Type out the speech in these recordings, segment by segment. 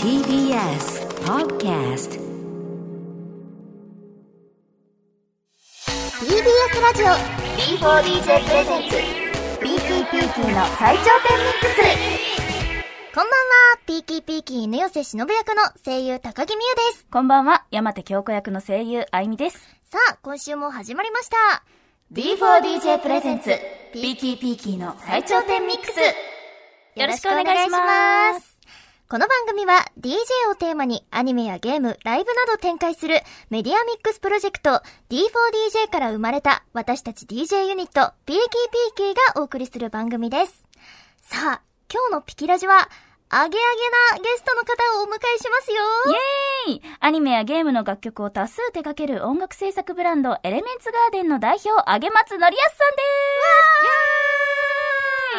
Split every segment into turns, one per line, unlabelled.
TBS Podcast
TBS ラジオ B4DJ プレゼンツ PKPK の最頂点ミックスこんばんは、ピーキーピーキー犬寄せ忍役の声優高木美優です。
こんばんは、山手京子役の声優、あいみです。
さあ、今週も始まりました。D4DJ プレゼンツ、ピーキーピーキーの最頂点ミックス。よ
よ
ろ
ろ
し
しく
くお
お
願
願い
いし
し
ま。
ます
この番組は DJ をテーマにアニメやゲーム、ライブなど展開するメディアミックスプロジェクト D4DJ から生まれた私たち DJ ユニットピーキーピーキーがお送りする番組です。さあ、今日のピキラジはアゲアゲなゲストの方をお迎えしますよ。
イエーイアニメやゲームの楽曲を多数手掛ける音楽制作ブランド、エレメンツガーデンの代表、あげまつのりやすさんで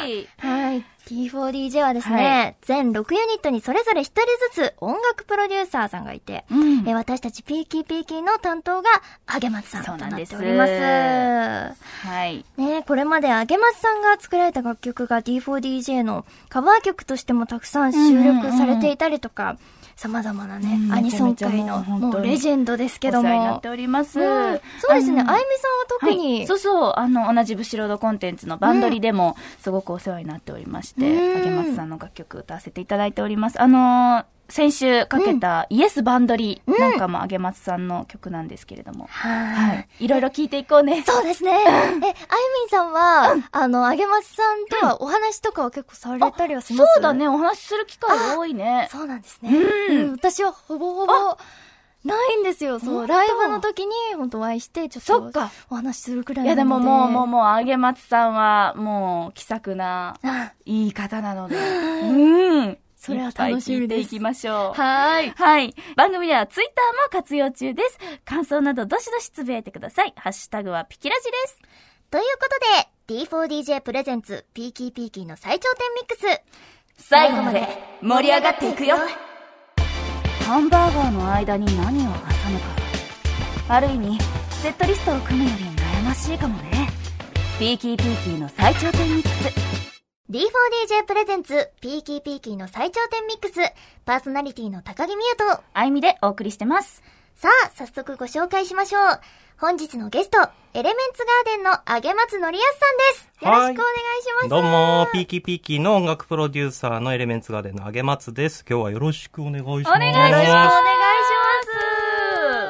すイエーイ
はい。T4DJ はですね、
は
全6ユニットにそれぞれ1人ずつ音楽プロデューサーさんがいて、
うん
え私たちピーキーピーキーの担当が、あげまつさんと
そう
な
な
っ
んです
ております。
はい。
ねこれまであげまつさんが作られた楽曲が D4DJ のカバー曲としてもたくさん収録されていたりとか、様々なね、
うん
アニソン界の
めちゃめちゃもう本当
も
に
うレジェンドですけど
お世話にな
も
って。おります。
うんそうですね、あゆみさん
の
は特
は
に、
いそうそう、あの、同じブシロードコンテンツのバンドリでも、すごくお世話になっておりまして、
うん
あげまつさんの楽曲歌わせていただいております。あのー先週かけた、イエスバンドリなんかもあげまつさんの曲なんですけれども、
は
はい。いろいろ聞いていこうね。
そうですね。え、あゆみんさんは、あの、あげまつさんとはお話とかは結構されたりはします
そうだ。ね、お話しする機会が多いね。
そうなんですね。うん私はほぼほぼ、ないんですよ。そ
ほ
う、
んと
ライブの時に、本当お会いして、ちょっ
そっ
と
か。
お話しするくら
い
いな
や
の
で
で。
ももう、もう、
う、
もう、あげまつさんは、もう、気さくな、いい方なので。うん。
それは楽しみで
いっぱい聞
す
いていきましょう。
はーい。
はい。番組ではツイッターも活用中です。感想などどしどしつぶやいてください。ハッシュタグはピキラジです。
ということで、D4DJ プレゼンツ、ピーキーピーキーの最頂点ミックス。
最後まで盛り上がっていくよ。ハンバーガーの間に何を挟むか。ある意味、セットリストを組むより悩ましいかもね。ピーキーピーキーの最頂点ミックス。
D4DJ プレゼンツ、ピーキーピーキーの最頂点ミックス。パーソナリティの高木美優と、
あいみでお送りしてます。
さあ、早速ご紹介しましょう。本日のゲスト、エレメンツガーデンのあげまつのりやすさんです。よろしくお願いします。
どうも、ピーキーピーキーの音楽プロデューサーのエレメンツガーデンのあげまつです。今日はよろしくお願いします。
お願いします。お願いします。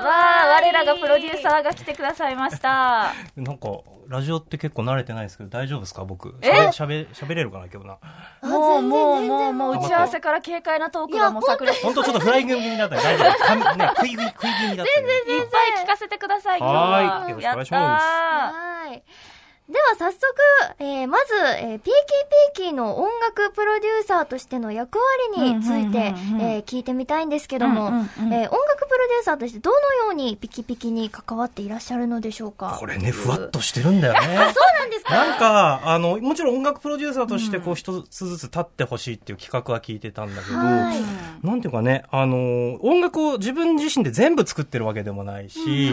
わあ、我らがプロデューサーが来てくださいました。
なんか、ラジオって結構慣れてないですけど、大丈夫ですか僕。
え
しゃべ、しゃべれるかな今日な。
もう
全然
もう
全然
もうもう
もう
打ち合わせから軽快なトークがもう炸裂
ほんとちょっとフライング気味になったね。大丈夫噛みね、食い気味、食い気味だったね。
いっぱい聞かせてください今日
は
は
ーい
や
よろ
っ
しくお願いします
た
はい。では早速、えーまず、えーピーキーピーキーの音楽プロデューサーとしての役割について
うんうんうんうん、
えー聞いてみたいんですけども、
うんうんうん
えー音楽プロデューサーとしてどのようにピキピキに関わっていらっしゃるのでしょうか
これね、ふわっとしてるんだよね。
そうなんですか
なんか、あの、もちろん音楽プロデューサーとして、こう、一つずつ立ってほしいっていう企画は聞いてたんだけど、
はい
なんていうかね、あの、音楽を自分自身で全部作ってるわけでもないし、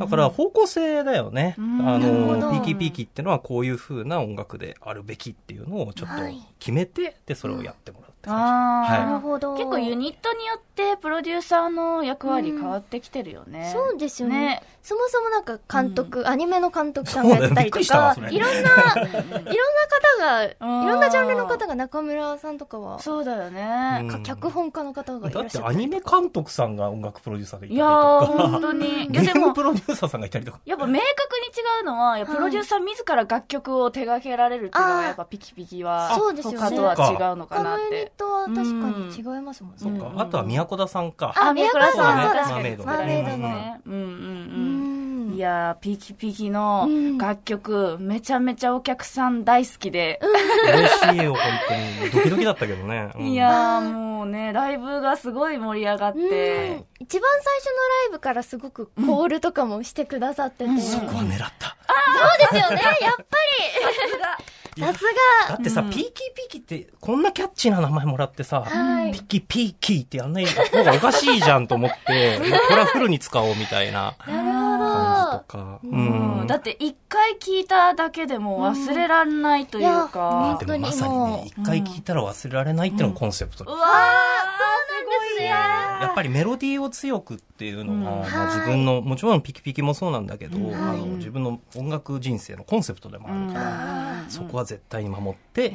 だから方向性だよね。
ん
あ
なるほど
の、ピーキーピーキーってのはこういう風な音楽であるべきっていうのをちょっと
はい
決めて、で、それをやってもらうって感
あー
なる
は
ほど。
結構ユニットによってプロデューサーの役割変わってきてるよね
そうですよね
ね
そもそもなんか監督、アニメの監督さんがやってたりと
そうだ
か、
よびっく
い
り
ろんな、いろんな 方
う
が、
ん
いろんなジャンルの方が中村さんとかは、
そうだよ
う
ね
ん
か脚本家の方が
じ。
いらっ
だっ
しゃ
て
った
ア
り
ニ
とか
メ監督さんが音楽プロデューサーでいた
い
り
や
と
ー
か
本、当にい
ゲ
やで
ーム
も
プロデューサーさんがいたりとか。
やっぱ明確に違うのは、やっぱプロデューサー自ら楽曲を手掛けられるっていうの
あ
は、
ー
やっぱピキピキは、
そうですよね
他とは違うのか
他
なっ
のユニッ
て。
トは確かに違いますもんね。
そっ
う
か
ん。
あとは宮古田さんか。
あ
宮倉
そうだね
は確かに作られてますね。うんうん
う
うん。
ん
いやー、ピキピキの
うん
楽曲、めちゃめちゃお客さん大好きで、
嬉しいよ、本当に。ドキドキだったけどね。うん
いやーもうね、ライブがすごい盛り上がっ
うん
て、
一番最初のライブからすごくコールとかもしてくださってて。
うん
そ
そうこは狙った。
ですよね、やっぱり。さす
だ
が。
ってさ、
うん
ピーキーピーキーって、こんなキャッチーな名前もらってさ、
はい
ピーキーピーキーってやんない方がおかしいじゃんと思って、もうこれはフルに使おうみたいな感じとか。う
うん
ん。
だって一回聴いただけでも忘れらんないという
うんいや
か
本、
で
当
も
に
まさに
もう
ね、一回聞いたら忘れられないっていうのがコンセプト。
うわ
そうなんです
やっぱりメロディーを強くっていうのが、まあ、自分のもちろんピキピキもそうなんだけど、あの自分の音楽人生のコンセプトでもあるから、そこは絶対に守って、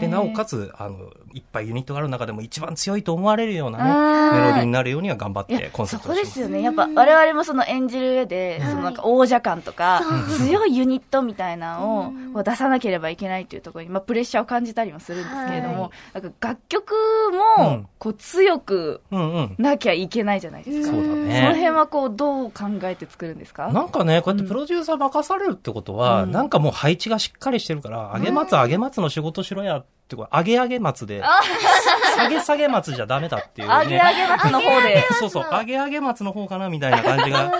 でなおかつあのいっぱいユニットがある中でも一番強いと思われるような、
あー
ね、メロディーになるようには頑張っ
い
て
や
コンセ
そ
プト
こで
をします
すよね。やっぱ我々もその演じる上で、そのなんか王者感とか、強いユニットみたいなのをこう出さなければいけないっていうところに、まあプレッシャーを感じたりもするんですけれども、なんか楽曲
う
も
ん、
こう強く
うんうん
なきゃいけないじゃないですか。
そうだ
その
ね
辺はこう、どう考えて作るんですか
なんかね、こうやってプロデューサー任されるってことは、
うん
なんかもう配置がしっかりしてるから、上げ松上げ松の仕事しろやってこう、上げ上げ松で、下げ下げ松じゃダメだっていうね。
あげあげ松の方で。
そうそう、上げ上げ松の方かなみたいな感 じが。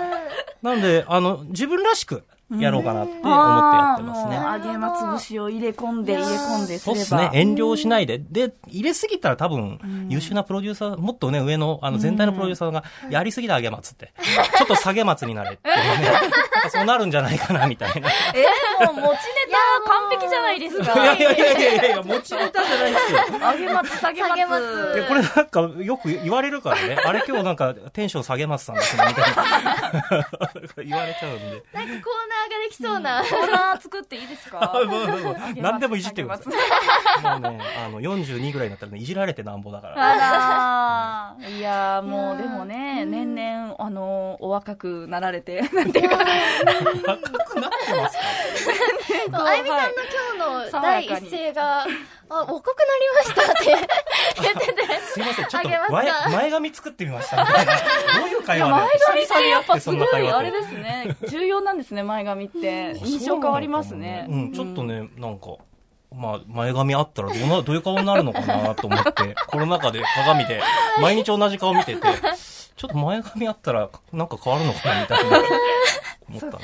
なので、あの、自分らしくやろうかなって思ってやってますね。
あーもう揚げ松節を入れ込んで、入れ込んで
そうっ
す
す
れ
ね
ば。。
遠慮しないで。で、入れすぎたら多分、優秀なプロデューサー、もっとね、上の、あの、全体のプロデューサーが、やりすぎだ、上げ松って。ちょっと下げ松になれっていうね。 なんかそうなるんじゃないかな、みたいな。
えー、もう持ちネタ完璧じゃないです
いや
か。
いやいやいやいやいや、持ちネタじゃないですよ。
揚げ松、下げ松。
下げ松
いや、これなんかよく言われるからね。あれ今日なんかテンション下げますさんですね、みたいな。言われちゃうんで。
なんかコーナーができそうな。
コーナー作っていいですか
もうもう何でもいじってください。もうね、あの、42ぐらいになったらね、いじられてなんぼだから。
あらーいやーもうでもね、年々、あの、お若くなられ て、なんていうか、
赤くなってますか
そうあゆみさんの今日の
爽や
第
かに
一声が、あ、若くなりましたって 言ってて。
すいません、ちょっと
あげます
前前髪作ってみましたみたいな。どういう
い
会
や、
話
前
で
髪ってやっぱすごい、あ
って
れですね、重要なんですね、前髪って。
あ
印象変わりますね。
そうなのかもうん、ちょっとね、なんか、まあ、前髪あったらどうな、どういう顔になるのかなと思って、 コロナ禍で鏡で、毎日同じ顔 見てて、ちょっと前髪あったら、なんか変わるのかなみた いな。思ったんです。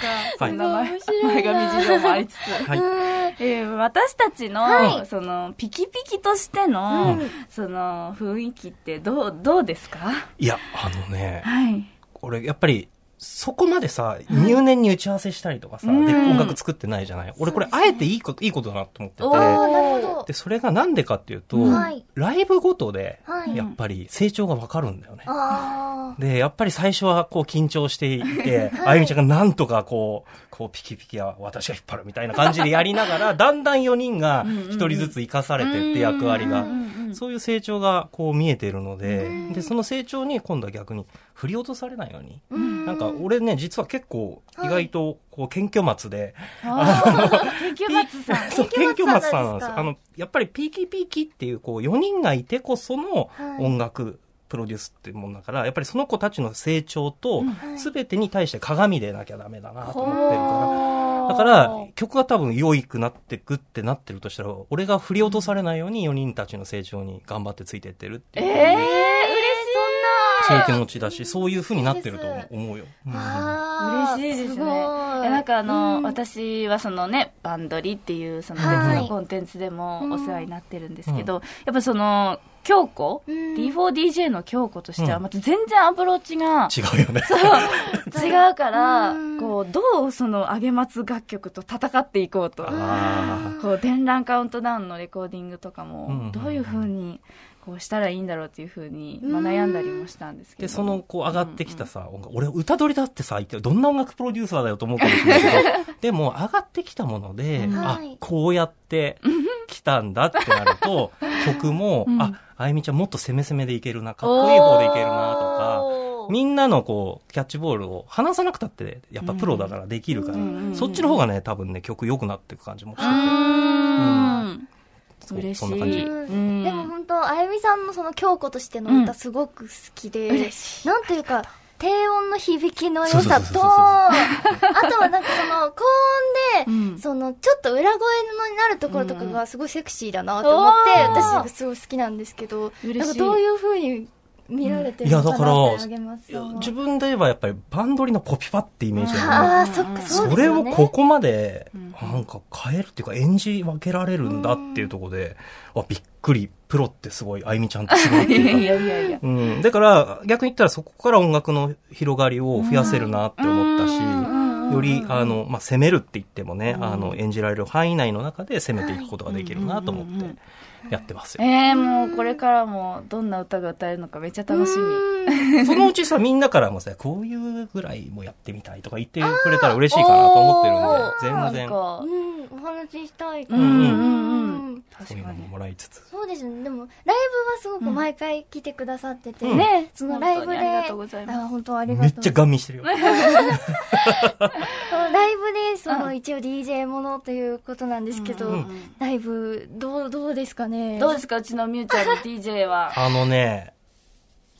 は
そん
い。
な
は
前前髪事情もありつつ。
い。
えー私たちの、
はい
その、ピキピキとしての、
うん
その、雰囲気ってどう、どうですか
いや、あのね、
はい。
俺、やっぱり、そこまでさ、入念に打ち合わせしたりとかさ、
うん
で、音楽作ってないじゃない。俺、これ、あえていいこと、いいことだなと思ってて。
おー
あーなるほど。
で、それがなんでかっていうと、
はい
ライブごとで、
はい
やっぱり成長がわかるんだよね。
あ
で、やっぱり最初はこう緊張していて、あゆみちゃんがなんとかこう、こうピキピキは私が引っ張るみたいな感じでやりながら、だんだん4人が1人ずつ生かされてって役割が、そういう成長がこう見えているので、で、その成長に今度は逆に振り落とされないように、なんか俺ね、実は結構意外とこう謙虚松で、
研究松 さん。
そう
謙虚松
謙虚松
さん
さ
な
んなんん
で
ですす
か
あの、やっぱりピーキーピーキーっていう、こう、4人がいてこその
はい
音楽プロデュースっていうもんだから、やっぱりその子たちの成長と、すべてに対して鏡でなきゃダメだなと思ってるから、だから、曲が多分良いくなってくってなってるとしたら、俺が振り落とされないように4人たちの成長に頑張ってついてってるっていう、
えー、嬉し
そういう気持ちだし、そういう風になってると思うよ。うん
あ。
い。嬉しいですね。
ご
い
い
やなんかあの、私はそのね、バンドリっていうその別
は
の
い
コンテンツでもお世話になってるんですけど、やっぱその、京子、
うん
D4DJ の京子としては、
うん
また全然アプローチ が、
違うよね。
違うから
うん、
こう、どうその、あげまつ楽曲と戦っていこうと。
あ
こう、電乱カウントダウンのレコーディングとか
う
も、
ん
どういう風に、こうしたらいいんだろうっていう風に、まあ、悩んだりもしたんですけど。
で、その、こう、上がってきたさ、音楽俺、歌取りだってさ、言ってどんな音楽プロデューサーだよと思うかもしれない けど、でも、上がってきたもので、あ
はい、
こうやって来たんだってなる と、曲も、あ、あゆみちゃんもっと攻め攻めでいけるな、かっこいい方でいけるな、とか、みんなのこう、キャッチボールを話さなくたって、やっぱプロだからできるから、
うん
そっちの方がね、多分ね、曲良くなっていく感じもして
うーん。
そう
嬉し
そんな感
い。
じ
うん
でも本当あゆみさんのその京子としての歌すごく好きで、
嬉しい
なんとい うか低音の響きの良
そうそう
さ
そう
と
そう
あとはなんかその高音で、
うん
そのちょっと裏声になるところとかがすごいセクシーだなと思って、
うん
私すごい好きなんですけど
嬉しい
なんかどういう風に見られてるのかなってあげます
いや自分で言えばやっぱりバンドリのコピパってイメージだよね。
ああそっかそうで
そ
す
れ
よ
を
ね
ここまで
ん
なんか変えるっていうか演じ分けられるんだっていうところで、あびっくりプロってすごいあゆみちゃんってすごいって
いやい
いう
や
か。
いやいや。
うん、だから逆に言ったらそこから音楽の広がりを増やせるなって思ったし、
うんうんうん
より、あの、まあ、攻めるって言ってもね、あの、演じられる範囲内の中で攻めていくことができるなと思ってやってますよ。
えー、もうこれからもどんな歌が歌えるのかめっちゃ楽しみ。
そのうちさ、みんなからもさ、こういうぐらいもやってみたいとか言ってくれたら嬉しいかなと思ってるんで、全
なん
然、
か
うん、お話ししたいか
う
ら。
んうん
う
うん
ん。
そういうのももらいつつ。
そうですね。でも、ライブはすごく毎回来てくださってて、
うん
ね、そのライブ
本当
で、
にありがとうございます
あ本当あり
め
が
っ
とう。
ちゃガン見してるよ。
ライブで、そ
うん
の、一応 DJ ものということなんですけど、
うん
ライブ、どう、どうですかね
どうですかうちのみゆちゃんの DJ は。
あのね、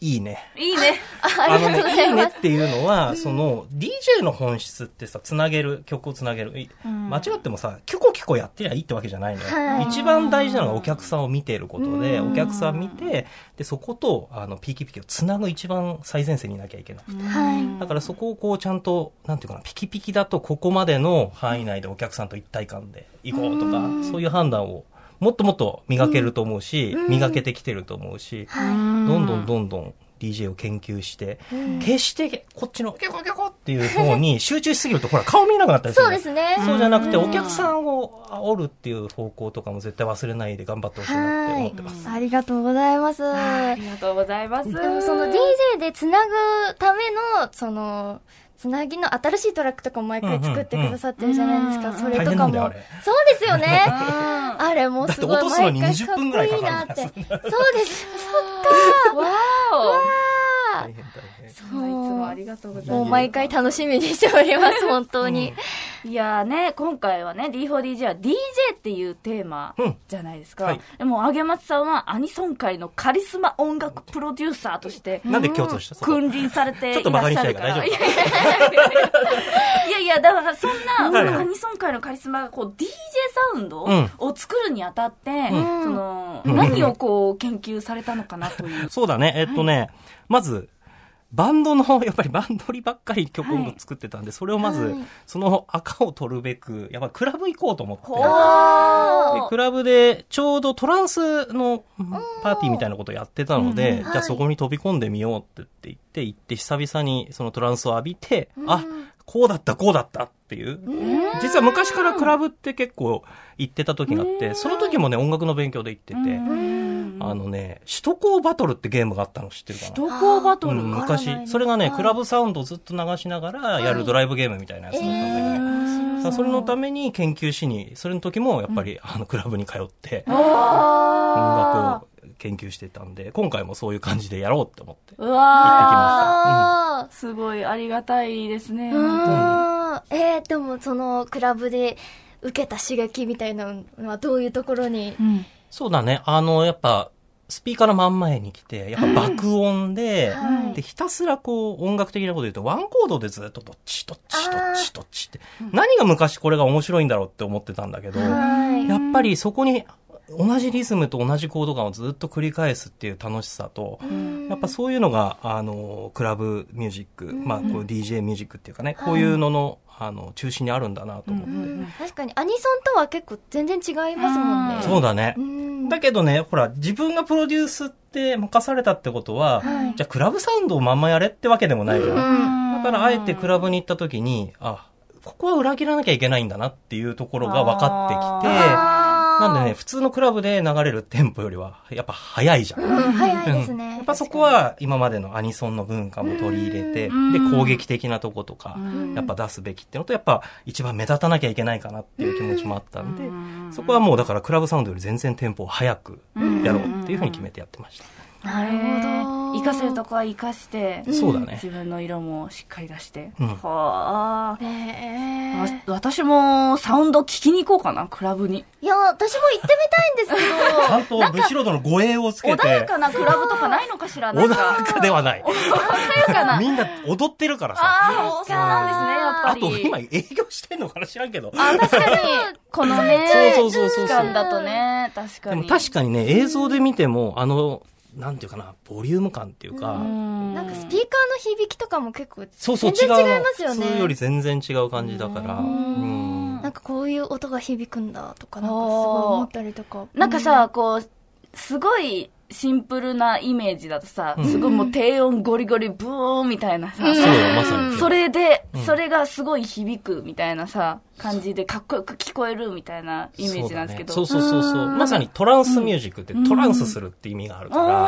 いいね。
いいね。
あのね、いいねっていうのは、その、DJ の本質ってさ、つなげる、曲をつなげる。い間違ってもさ、キョコキョコやってりゃいいってわけじゃないの
はい
よ。一番大事なのはお客さんを見ていることで、
うん
お客さん見て、で、そこと、あの、ピーキピキをつなぐ一番最前線にいなきゃいけなくて。
はい
だからそこをこうちゃんと、なんていうかな、ピキピキだとここまでの範囲内でお客さんと一体感で行こうとか、そういう判断をもっともっと磨けると思うし、磨けてきてると思うし、
は
どんどんどんどん DJ を研究して、決してこっちのギョコギョコっていう方に集中しすぎると、ほら顔見えなくなった
い。
りす
そう
るじゃない
ですね。
そうじゃなくて、
うん
お客さんを煽るっていう方向とかも絶対忘れないで頑張ってほしいなって思ってます。
ありがとうございます。
ありがとうございます。
でもその DJ でつなぐための、その、つなぎの新しいトラックとかも毎回作ってくださってるじゃないですか。
うんうんうん
それ
大
と
変
か
なんだよ、あ
も
れ。。
そうですよ ね。
あ
あれもうすごい
だって落とすのに
毎回かっ
20分ぐらい
こい
か
いなって。
か
そ
る
うんです。
ーわ
あ
大変大
ー
変。
お。いつもありがとうございます。
もう毎回楽しみにしております、本当に。
いやーね、今回はね、D4DJ は DJ っていうテーマ
うん
じゃないですか。
はい
でも、あげまつさんはアニソン界のカリスマ音楽プロデューサーとして、
なんで共通したそこ
君臨されてい
ち
ら
ょ
っ
っ
し
と馬
ゃ
鹿に
る
し
か
た
ら。
いから大丈
いやいや、だからそんな、
はい
そのアニソン界のカリスマがこう DJ サウンド
うん
を作るにあたって、その、
うん
何をこう研究されたのかなという。
そうだね。えっとね、まず、バンドの、 やっぱりバンドリばっかり曲音楽作ってたんで、それをまず、その赤を取るべく、やっぱりクラブ行こうと思って。でクラブでちょうどトランスのパーティーみたいなことをやってたので、じゃあそこに飛び込んでみようって言って行って、行って久々にそのトランスを浴びて、あ、こうだった、こうだったっていう。実は昔からクラブって結構行ってた時があって、その時もね、音楽の勉強で行ってて、あのね、首都高バトルってゲームがあったの知ってるかな
どこバト
う
ル
ん、
か。
昔。それがね、クラブサウンドをずっと流しながらやるドライブゲームみたいなやつだったんだけど、だからそれのために研究しに、それの時もやっぱり、あのクラブに通って、音楽を研究してたんで、今回もそういう感じでやろうって思って。
うわ
あ
ーすごいありがたいですね。
ーあー。えー、でもそのクラブで受けた刺激みたいなのはどういうところに
うん
そうだね、あの、やっぱ、スピーカーの真ん前に来て、やっぱ爆音で、
はい
で、ひたすらこう、音楽的なこと言うと、ワンコードでずっとどっち、どっち、どっ
あ
ち、どっちって、何が昔これが面白いんだろうって思ってたんだけど、
はい。
やっぱりそこに同じリズムと同じコード感をずっと繰り返すっていう楽しさと、やっぱそういうのが、あの、クラブミュージック、まあ、こう DJ ミュージックっていうかね、こういうのの、あの、中心にあるんだなと思って。
確かにアニソンとは結構全然違いますもんね。
そうだね
う。ん
だけどね、ほら、自分がプロデュースって任されたってことは、じゃあクラブサウンドをまんまやれってわけでもないよ。だから、あえてクラブに行った時に、あ、ここは裏切らなきゃいけないんだなっていうところが分かってきて、なんでね、普通のクラブで流れるテンポよりは、やっぱ早いじゃん。
うん早いです
や
ね
っ。ぱそこは今までのアニソンの文化も取り入れて、で、攻撃的なとことか、やっぱ出すべきってのと、やっぱ一番目立たなきゃいけないかなっていう気持ちもあったんで、そこはもうだからクラブサウンドより全然テンポを早くやろうっていうふうに決めてやってました。
なるほど。活かせるとこは活かして、
そうだね
自。分の色もしっかり出して。
うん
はあ。
ねえ
わ私もサウンド聞きに行こうかな、クラブに。
いや、私も行ってみたいんですけど、
ちゃんとブシロードの護衛をつけ
穏や
て、
かなクラブとかないのかしらな
穏
ん
や
か。
かではない。
穏やかな。
みんな踊ってるからさ。
ああ、そうなん
あ
です
と
ね、やっぱり。
今営業してんのかな知らんけど。
あ確かに、このね、
そうそうそうそう
期間だとね、確か
で
に。
も確かにね、映像で見ても、あの、なんていうかな、ボリューム感って いうか、
なんかスピーカーの響きとかも結構
そうそう、
全
違う
然
の。
違いますよ
普通より
ね。
全然違う感じだから。うん
なんかこういう音が響くんだとか、なんかすごい
おー
思ったりとか。
なんかさ、こう、すごい、シンプルなイメージだとさ、すごいもう低音ゴリゴリブーンみたいなさ、
そうよ、まさに。
それで、それがすごい響くみたいなさ、感じでかっこよく聞こえるみたいなイメージなんですけど。
そうだねそうそうそうそう。まさにトランスミュージックってトランスするって意味があるから、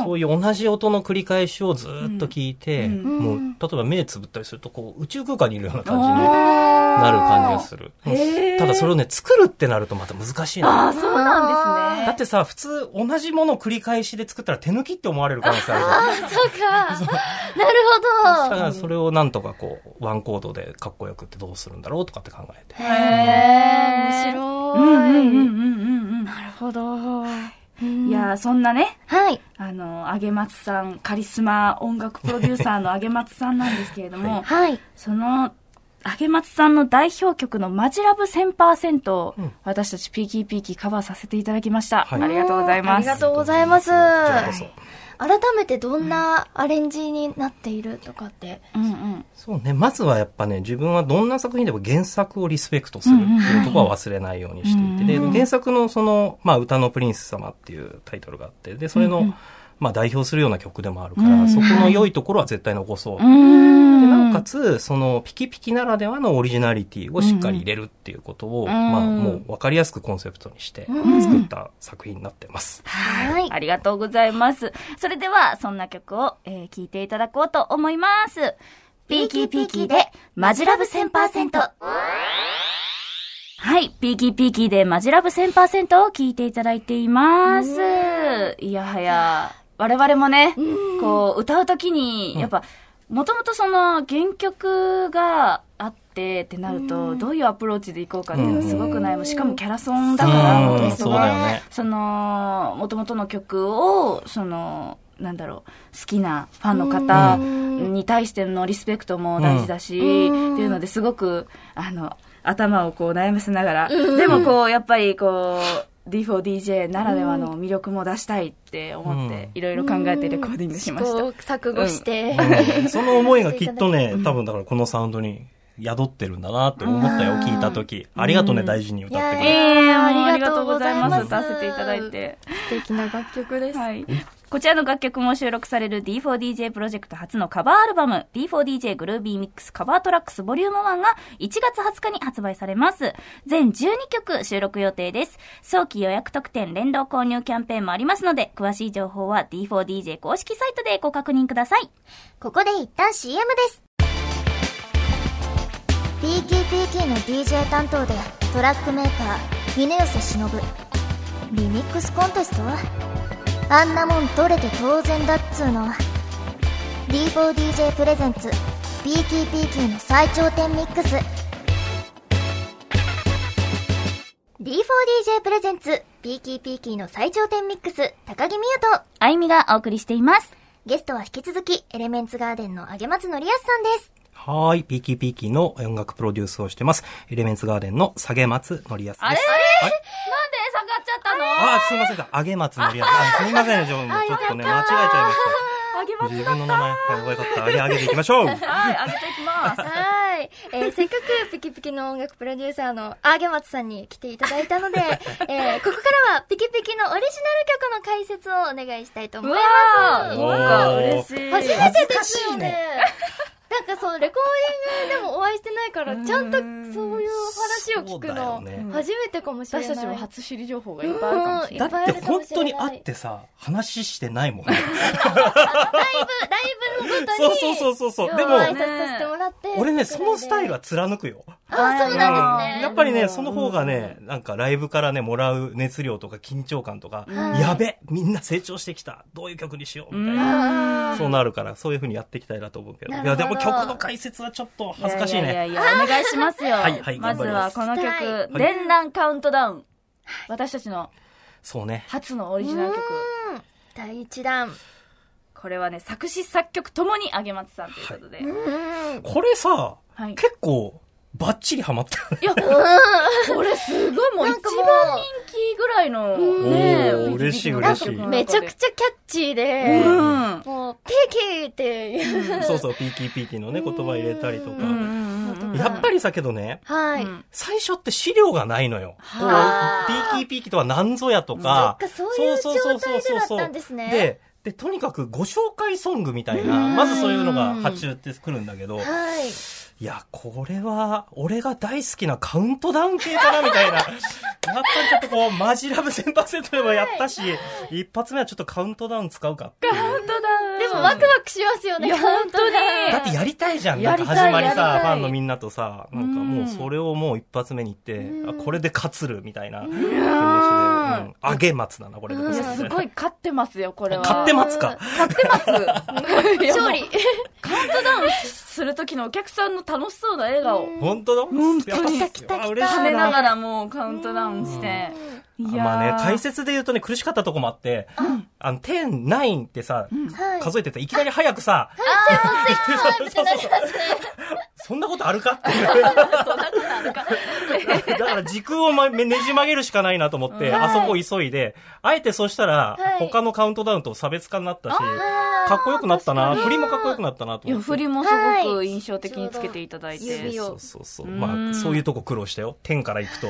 あ
そういう同じ音の繰り返しをずっと聞いて、
うん
もう、例えば目つぶったりすると、こう、宇宙空間にいるような感じにな
な
る感じがする。
へー
ただそれをね、作るってなるとまた難しいのよ
ああ、そうなんですね。
だってさ、普通、同じものを繰り返しで作ったら手抜きって思われる可能性あるじゃん。
あ、そうか。 なるほ
だ
ど。
からそれをなんとかこう、ワンコードでかっこよくってどうするんだろうとかって考えて。
へえ、面白い。
うんうんうんうんうん。なるほど。いやー、そんなね、
はい。
あの、あげまつさん、カリスマ音楽プロデューサーのあげまつさんなんですけれども、
はい。
その、あげまつさんの代表曲のマジラブ1000%を
うん
私たちピーキーピーキーカバーさせていただきました。
はい
ありがとうございます。
ありがとうございます
こちらこそ。
改めてどんなアレンジになっているとかって。
うんうん。
そうね、まずはやっぱね、自分はどんな作品でも原作をリスペクトするっていうところは忘れないようにしていて、で、原作のその、まあ、歌のプリンス様っていうタイトルがあって、で、それの、まあ、代表するような曲でもあるから、
うん
そこの良いところは絶対残そう。
う
で、
ん。
なおかつ、その、ピキピキならではのオリジナリティをしっかり入れるっていうことを、
ん
まあ、もう分かりやすくコンセプトにして作った作品になってます。
はい。
ありがとうございます。それでは、そんな曲を、えー、聴いていただこうと思います。ピーキーピーキーで、マジラブ1000%。はい。ピーキーピーキーで、マジラブ1000%を聴いていただいています。いやはや、我々もね、こう、歌うときに、やっぱ、もともとその、原曲があって、ってなると、どういうアプローチでいこうかっていうのはすごく悩む。しかもキャラソンだから、
う
元
ん、
々
そうだよね。
その、もともとの曲を、その、なんだろう、好きなファンの方に対してのリスペクトも大事だし、っていうのですごく、あの、頭をこう悩ませながら、でもこう、やっぱりこう、D4DJ ならではの魅力も出したいって思って、いろいろ考えてレコーディングしました。
こう錯誤して。
うんその思いがきっとね、多分だからこのサウンドに宿ってるんだなって思ったよ、聞いた時。ありがとうね、大事に歌ってく
いや
れ
いや
て。
ええ
うん
もうありがとうございます。
ありが
歌わ
とう
せ
ござ
て
い
いただ
ます
いて。
素敵な楽曲です。
はい。こちらの楽曲も収録される D4DJ プロジェクト初のカバーアルバム D4DJ グルービーミックスカバートラックスボリューム1が1月20日に発売されます。全12曲収録予定です。早期予約特典連動購入キャンペーンもありますので、詳しい情報は D4DJ 公式サイトでご確認ください。
ここで一旦 CM です。PKPK の DJ 担当でトラックメーカー、峰寄忍。リミックスコンテストあんなもん取れて当然だっつうの。D4DJ プレゼンツ、PKPK の最頂点ミックス。D4DJ プレゼンツ、PKPK の最頂点ミックス、高木美優と、
あいみがお送りしています。
ゲストは引き続き、エレメンツガーデンのあげまつのりやすさんです。
はーい、ピーキーピーキーの音楽プロデュースをしてます。エレメンツガーデンの下げ松のりやすです。あれ
なんで下がっちゃったの
あすいません、上げ松のりやす。あすいません、ちょちょっとね、間違えちゃい
あげ
ました。自分の名前、覚え方、上げ上げていきましょう。
はい、あげていき ます。
はい。えーせっかくピキピキの音楽プロデューサーのあげまつさんに来ていただいたので、えーここからはピキピキのオリジナル曲の解説をお願いしたいと思います。
うわー
嬉しい。
初めてですよ
恥ずかし
ね
いね。
なんかそう、レコーディングでもお会いしてないから、ちゃんとそういうお話を聞く
そう
の
だよね、
初めてかもしれな
私
い。
たちも初知り情報がいっぱいあるかもし
う
れ
ん
ない。
だって本当に会ってさ、話してないもんね。
ライブ、ライブの
そう
ご
そう
とに、
そうそうそう。
で
で
も、
も、
挨拶させてもらって。
俺ね、そのスタイルは貫くよ。
あ、そうなんですね。
やっぱりね、その方がね、なんかライブからね、もらう熱量とか緊張感とか、やべみんな成長してきたどういう曲にしようみたいな。そうなるから、そういう風にやっていきたいなと思うけど。
ないるほ
や、
ど
でも曲の解説はちょっと恥ずかしい
やや
ね。
いやいや、お願いしますよ。
はいはい
まずはこの
頑張りま
曲、
い
連弾カウントダウン。私たちの
そうね。
初のオリジナル曲。
第一弾。
これはね、作詞作曲ともにあげまつさんということで。
うん。
これさ、
はい
結構、バッチリハマった。
いや、これすごいもう
なん
一
か
番
もう
人気ぐらいの、ね
おー嬉しい
なん
嬉
か
しい
この中で
めちゃくちゃキャッチー
う
で、
ん。
もう、キーっていう。
そうそう、ピーキーピーキーのね、言葉入れたりとか。
うん
やっぱりさけどね、
はい。
うん
最初って資料がないのよ。こう、ピーキーピーキーとは何ぞやとか。
そっかそういう状態でだったんですね
で、で、とにかくご紹介ソングみたいな、
うん
まずそういうのが発注ってくるんだけど、
はい。
いや、これは、俺が大好きなカウントダウン系かな、みたいな。やっぱりちょっとこう、マジラブ1000%でもやったし、一発目はちょっとカウントダウン使うかっていう。
だ
でもワクワクしますよね、
いや
カウントダウン
本
だってやりたいじゃん。
や
なんか
りたい
始まり
や
さ
り、
フ
たい
ァンのみんなとさ、なんかもうそれをもう一発目に言って、あこれで勝つるみたいな気持ちで。うんあげ松だな、これで。
いやすごい勝ってますよこれは
勝ってますか。
勝ってます
勝
勝
利。
カウントダウンする時のお客さんの楽しそうな笑顔
本当だ本当
来た来た来た
嬉し
跳
い
ねな
な。
がらもうカウントダウンしていやー
まあね、解説で言うとね、苦しかったとこもあって、あの、10、9ってさ、
はい。
数えてて、いきなり早くさ、そうそうそうそんなことあるかっていう。 だから時空を、ま、ねじ曲げるしかないなと思って、あそこ急いで、あえてそうしたら、
はい
他のカウントダウンと差別化になったし、
あー
かっこよくなったな、振りもかっこよくなったなと
いや
思って。
振りもすごく印象的につけていただい
はい
て
ちょうど
そうそうそう。まあ、そういうとこ苦労したよ。天から行くと、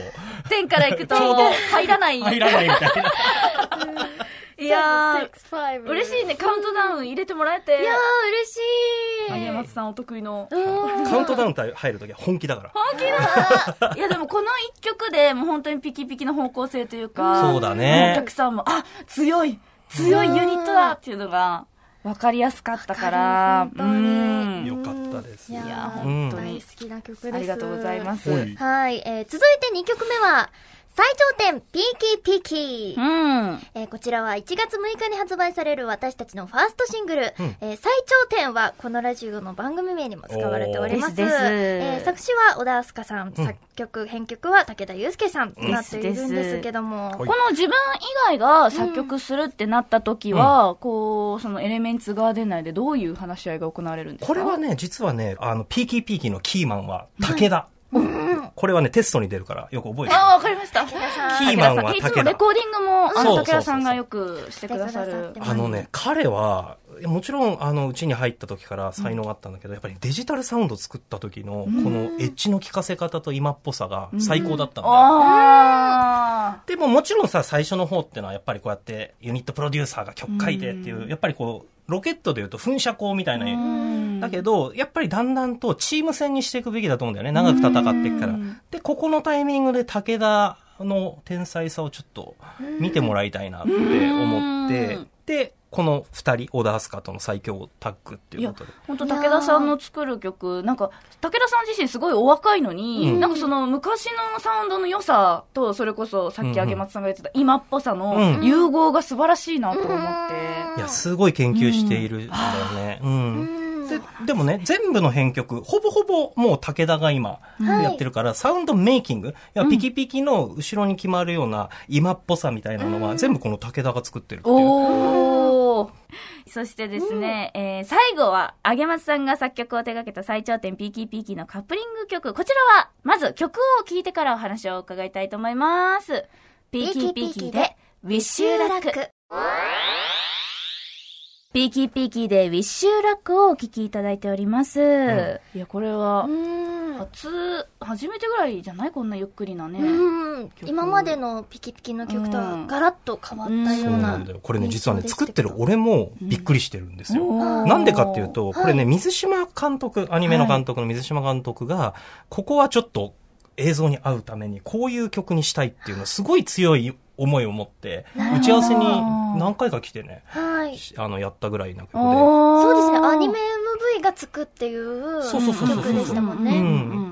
天から行くと入らない
入らないみたいな。
いや
ー
ー嬉しいねカウントダウン入れてもらえて
い
有
やー、嬉しい。
山さんお得意の
カウントダウン入るときは本気だから。
いやでもこの一曲でもう本当にピキピキの方向性というか
そうだね
お客さんもあ強い強いユニットだっていうのが分かりやすかったから
わかる本当
うん
よかったです。
いや
や
ー
う
本
ん
当
大
に
好きな曲です。
ありがとうございます
はい
はい、えー続いて2曲目は、最頂点、ピーキーピーキ
う
ー。
ん
えーこちらは1月6日に発売される私たちのファーストシングル、
うん
えー最頂点はこのラジオの番組名にも使われております。
おーですです
えー作詞は小田明日香さん、作曲、編曲は武田祐介さんとなっているんですけども、
う
こ
ん
の自分以外が作曲するってなった時は、こうそのエレメンツガーデン内でどういう話し合いが行われるんですか
これはね、実はね、あの、ピーキーピーキーのキーマンは武田。これはね、テストに出るから、よく覚えてる
ああわかりました
キーマンは
武田さんいつ
武
もレ
田。
コーディングもあの
そうそうそうそう
武田さんがよくしてくださ
してくださっ
る
てま
あのね、彼は、もちろん、あの、うちに入った時から才能があったんだけど、やっぱりデジタルサウンド作った時の、このエッジの効かせ方と今っぽさが最高だったんだよ。
あ
でももちろんさ、最初の方ってのはやっぱりこうやってユニットプロデューサーが曲書いてっていう、やっぱりこう、ロケットでいうと噴射口みたいな、
あ
だけど、やっぱりだんだんとチーム戦にしていくべきだと思うんだよね。長く戦っていくから
うん。
で、ここのタイミングで武田の天才さをちょっと見てもらいたいなって思っ
う
て
ん、
で、この二人、小田明日香との最強タッグっていうことで。
本当武田さんの作る曲なんか武田さん自身すごいお若いのに、
うん
なんかその昔のサウンドの良さとそれこそさっきあげ松さんが言ってた今っぽさ
う
の
ん
融合が素晴らしいなと思って、
いや、すごい研究しているんだよね。うん。ででもね、全部の編曲、ほぼほぼもう武田が今
はい
やってるから、サウンドメイキング、いやピキピキの後ろに決まるような今っぽさみたいなのは、全部この武田が作ってるっていう。
おお。そしてですね、えー最後は、あげまつさんが作曲を手掛けた最頂点ピーキーピーキーのカップリング曲。こちらは、まず曲を聴いてからお話を伺いたいと思います。ピーキーピーキーで、ウィッシュラック。ピーキーピーキーで、ウィッシュラックをお聴きいただいております。いや、これは
う、ん
初、初めてぐらいじゃないこんなゆっくりなね。
うん、今までのピキピキの曲とはガラッと変わったよ
そうう
な、
なんだよ。これね、実はね、作ってる俺もびっくりしてるんですよ。
おー
なんでかっていうと、これね、水島監督、アニメの監督の水島監督が、ここはちょっと映像に合うために、こういう曲にしたいっていうの、すごい強い思いを持って、打ち合わせに何回か来てね、
はい
しあの、やったぐらいな曲で。
おー
そうですねアニメ MV がつくっていう
そうそうそうそう
曲でしたもん
う
ね
うん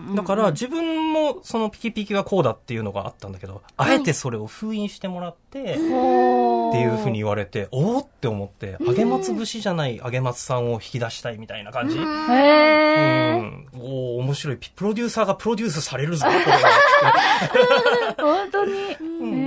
うん
ん。だから自分もそのピキピキがこうだっていうのがあったんだけど、あえてそれを封印してもらって、っていうふうに言われて、おおって思って、揚げ松節じゃない揚げ松さんを引き出したいみたいな感じ。うん、
へえ。
おお面白い。ピプロデューサーがプロデュースされるぞ、これは。
本当に。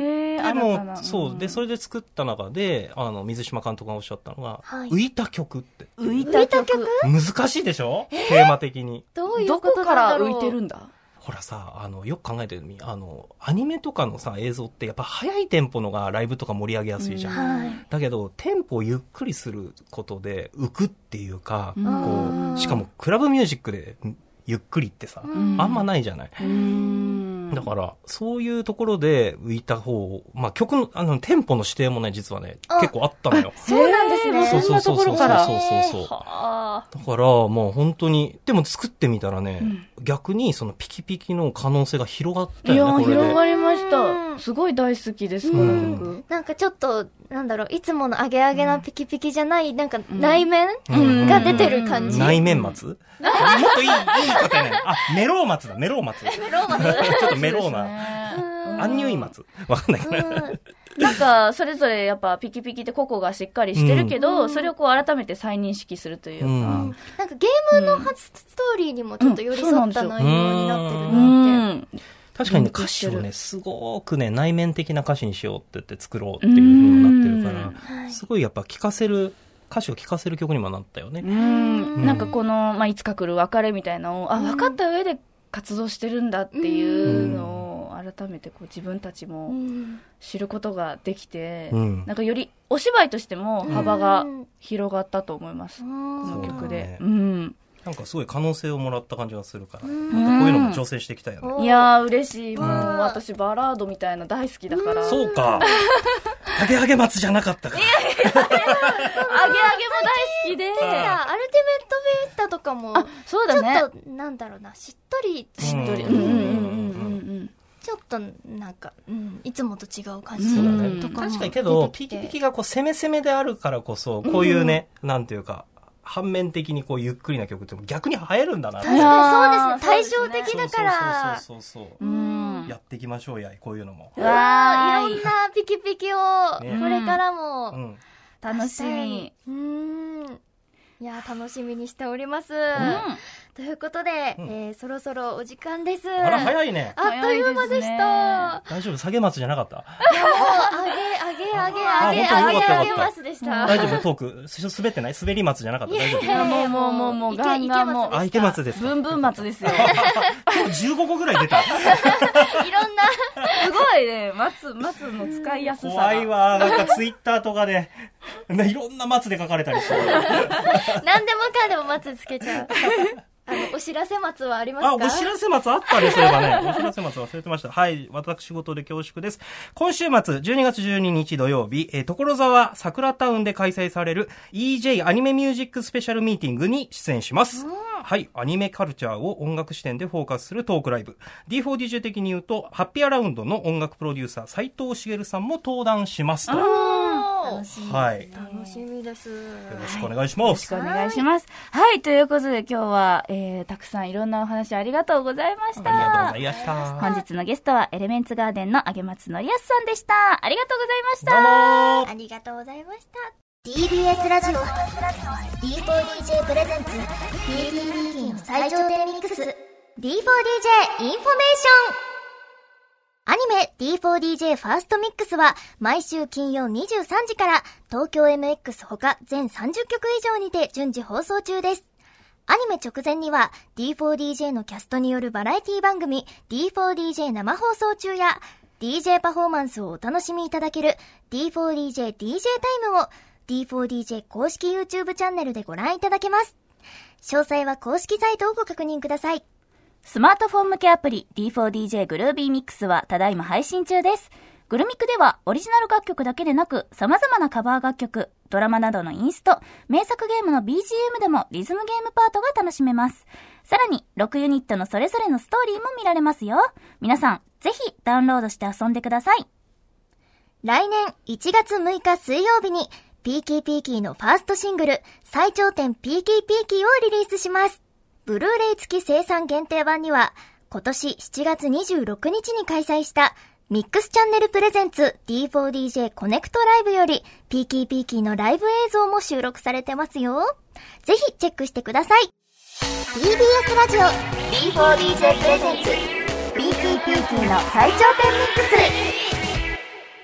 ええ
でも、そう。で、
す。
それで作った中で、あの、水島監督がおっしゃったのが、
はい
浮いた曲って。
浮いた曲。
難しいでしょテーマ的に。
どういう
ど
こ
ことか
なんだ
ら
ろう
浮いてるんだ
ほらさ、あの、よく考えてるのに、あの、アニメとかのさ、映像ってやっぱ早いテンポのがライブとか盛り上げやすいじゃん。
はい。
だけど、テンポをゆっくりすることで浮くっていうか、
うん
こう、しかもクラブミュージックでんゆっくりってさ、あんまないじゃない。
うん
だから、そういうところで浮いた方を、まあ曲の、あの、テンポの指定もね、実はね
あ、
結構あったのよ。
そうなんですね。
へー
そうそうそうそうそうそうそうそう。
はあ
だから、もう本当に、でも作ってみたらね、逆にそのピキピキの可能性が広がった
いや
よね、これで
広。がりまし
う
た
ん
すごい大好きですこ
う
の
ん
曲
なんかちょっと、なんだろう、いつものアゲアゲなピキピキじゃない、なんか内面
うんうん
が出てる感じ。
内面松もっといい、いい方やねあ、メロウ松だ、メロウ松。メロ松 ちょっとメロウな。
な
アンニュイ松わかんないけど。
うん
なんか、それぞれやっぱピキピキって個々がしっかりしてるけど、それをこう改めて再認識するというか。
うん
なんかゲームの初ストーリーにもちょっと寄り添った内容になってる
う
なって。
ん。
確か
リン
にね歌
クして
詞
る
をね、すごくね、内面的な歌詞にしようって言って作ろうっていう風になってるか
うんはい
ら、すごいやっぱ聴かせる、歌詞を聴かせる曲にもなったよね。
うん。なんかこの、まあ、いつか来る別れみたいなのを、あ、分かった上で活動してるんだっていうのを、改めてこう自分たち
う
も
ん
知ることができて、
うん
なんかよりお芝居としても幅が広がったと思います。こ
うん
の曲で。う
そ
ん。
なんかすごい可能性をもらった感じがするから、
ん
またこういうのも挑戦していきたいよね。
うん
いやー嬉しい。もう
うん
私バラードみたいな大好きだから。
そうか。ハゲハゲ松じゃなかったか。
あげあげも大好きで。
だからアルティメットベースタとかも、
あ、そうだね。
ちょっと、なんだろうな、しっとり、
しっとり
うんうんうんうん
ちょっと、なんか、うん、いつもと違う感
そうだ
じ
ね
とかも
確かにけど、
出て
ピ
きて
キピキがこう攻め攻めであるからこそ、こういうね、なんていうか、反面的にこうゆっくりな曲って逆に映えるんだなって。
確
いや
かにそうです
そう
ね。
です
対照的
そう
だから。
そうそうそう
う
そ
ん。う
う。
ん。
やっていきましょうや、こういうのも。
う
わ
わ
あい
ー
ろんなピキピキを、こ
ね
れから
う
も。
ん。
楽しみ。
うーん。いやー、楽しみにしております。
うん。
ということで、
うん
えーそろそろお時間です。
あら、早いね。
あっという間でした。
大丈夫、下げ松じゃなかった。
あげ、あげ、あげ、
あ
あ
本当
げ、
よ
あ
かったよかっ
げ、
た
あげますでした。
大丈夫、トーク。す滑ってない滑り松じゃなかった。大丈夫。
やもうもうもうもうガンガンもう
あ、池松です
ブ
か。
ンブン松ですよ。
今日15個ぐらい出た。
いろんな、
すごいね。松、松の使いやすさが。
怖いわ。なんかツイッターとかで、 ないろんな松で書かれたりしてる。
何でもかんでも松つけちゃう。あの、お知らせ松はありますか
あ、お知らせ松あったね、そういえば ね。お知らせ松忘れてました。はい、私事で恐縮です。今週末、12月12日土曜日、えー所沢桜タウンで開催される EJ アニメミュージックスペシャルミーティングに出演します。はい、アニメカルチャーを音楽視点でフォーカスするトークライブ。D4DJ 的に言うと、ハッピーアラウンドの音楽プロデューサー、斉藤茂さんも登壇しますと。は
おー
い。よ
楽しみです。
ろしくお願いしま
よろしく
す
お。願いします。はい、ということで今日は、えー、たくさんいろんなお話ありがとうございまし
ありがとうご
た
ざ。いました。
本日のゲストは、エレメンツガーデンのあげまつのりやすさんでした。ありがとうございました。
どうも
ありがとうございました。
TBS ラジオ D4DJ プレゼンツ DDD の最頂点ミックス
D4DJ インフォメーションアニメ D4DJ ファーストミックスは毎週金曜23時から東京 MX ほか全30曲以上にて順次放送中です。アニメ直前には D4DJ のキャストによるバラエティ番組 D4DJ 生放送中や DJ パフォーマンスをお楽しみいただける D4DJ DJ タイムを D4DJ 公式 YouTube チャンネルでご覧いただけます。詳細は公式サイトをご確認ください。
スマートフォン向けアプリ D4DJ グルービーミックスはただいま配信中です。グルミクではオリジナル楽曲だけでなく様々なカバー楽曲、ドラマなどのインスト、名作ゲームの BGM でもリズムゲームパートが楽しめます。さらに6ユニットのそれぞれのストーリーも見られますよ。皆さん、ぜひダウンロードして遊んでください。
来年1月6日水曜日に、ピーキーピーキーのファーストシングル、最頂点ピーキーピーキーをリリースします。ブルーレイ付き生産限定版には、今年7月26日に開催した、ミックスチャンネルプレゼンツ D4DJ コネクトライブより、ピーキーピーキーのライブ映像も収録されてますよ。ぜひチェックしてください。
TBS ラジオ D4DJ プレゼンツ
最頂点ミックス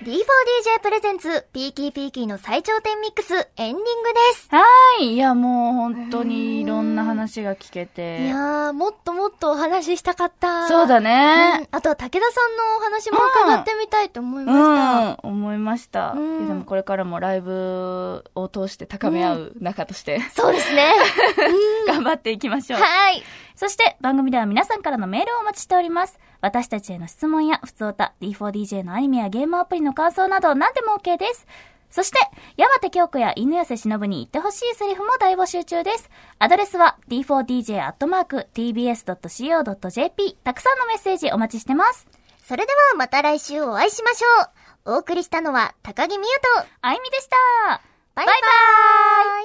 D4DJ プレゼンツ、ピーキーピーキーの最頂点ミックス、エンディングです。
はい。いや、もう本当にいろんな話が聞け
い
て。
やー、もっともっとお話ししたかった。
そうだ
う
ね
ん。あとは武田さんのお話も伺ってみたいと思いました。
うん、思いました。
う
い
ん
やでもこれからもライブを通して高め合う仲として、
そうです ね。
頑張っていきましょう。
はい。
そして番組では皆さんからのメールをお待ちしております。私たちへの質問や、普通歌、D4DJ のアニメやゲームアプリの感想など何でも OK です。そして、山手京子や犬寄せ忍に言ってほしいセリフも大募集中です。アドレスは d4dj.tbs.co.jp。たくさんのメッセージお待ちしてます。
それではまた来週お会いしましょう。お送りしたのは高木美優と、
あゆみでした。
バイバ
バイバ
ーイ